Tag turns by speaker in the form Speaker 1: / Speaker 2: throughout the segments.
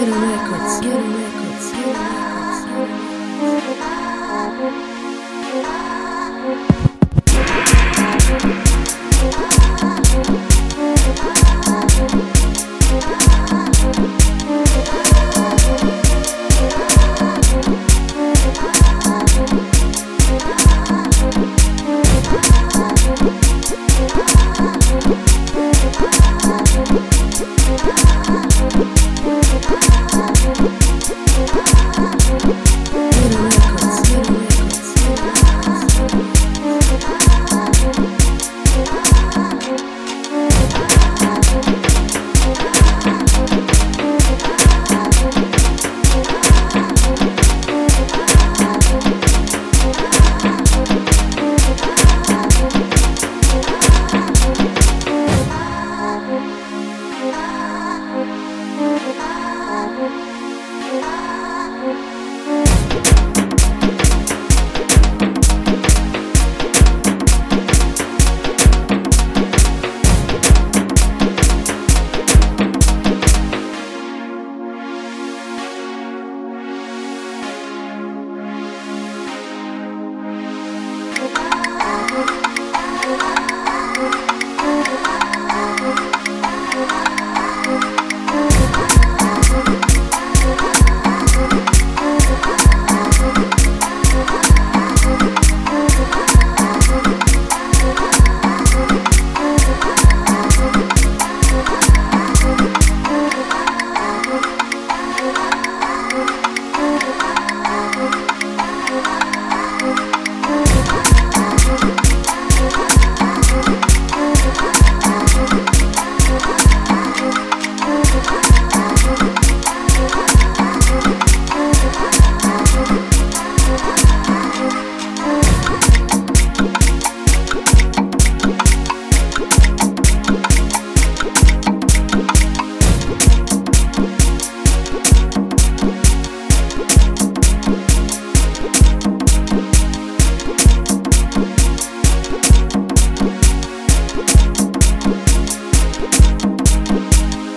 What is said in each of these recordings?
Speaker 1: records. Get records. Get records. Get records. Get records. Get records.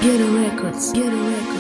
Speaker 1: Get records. Get records.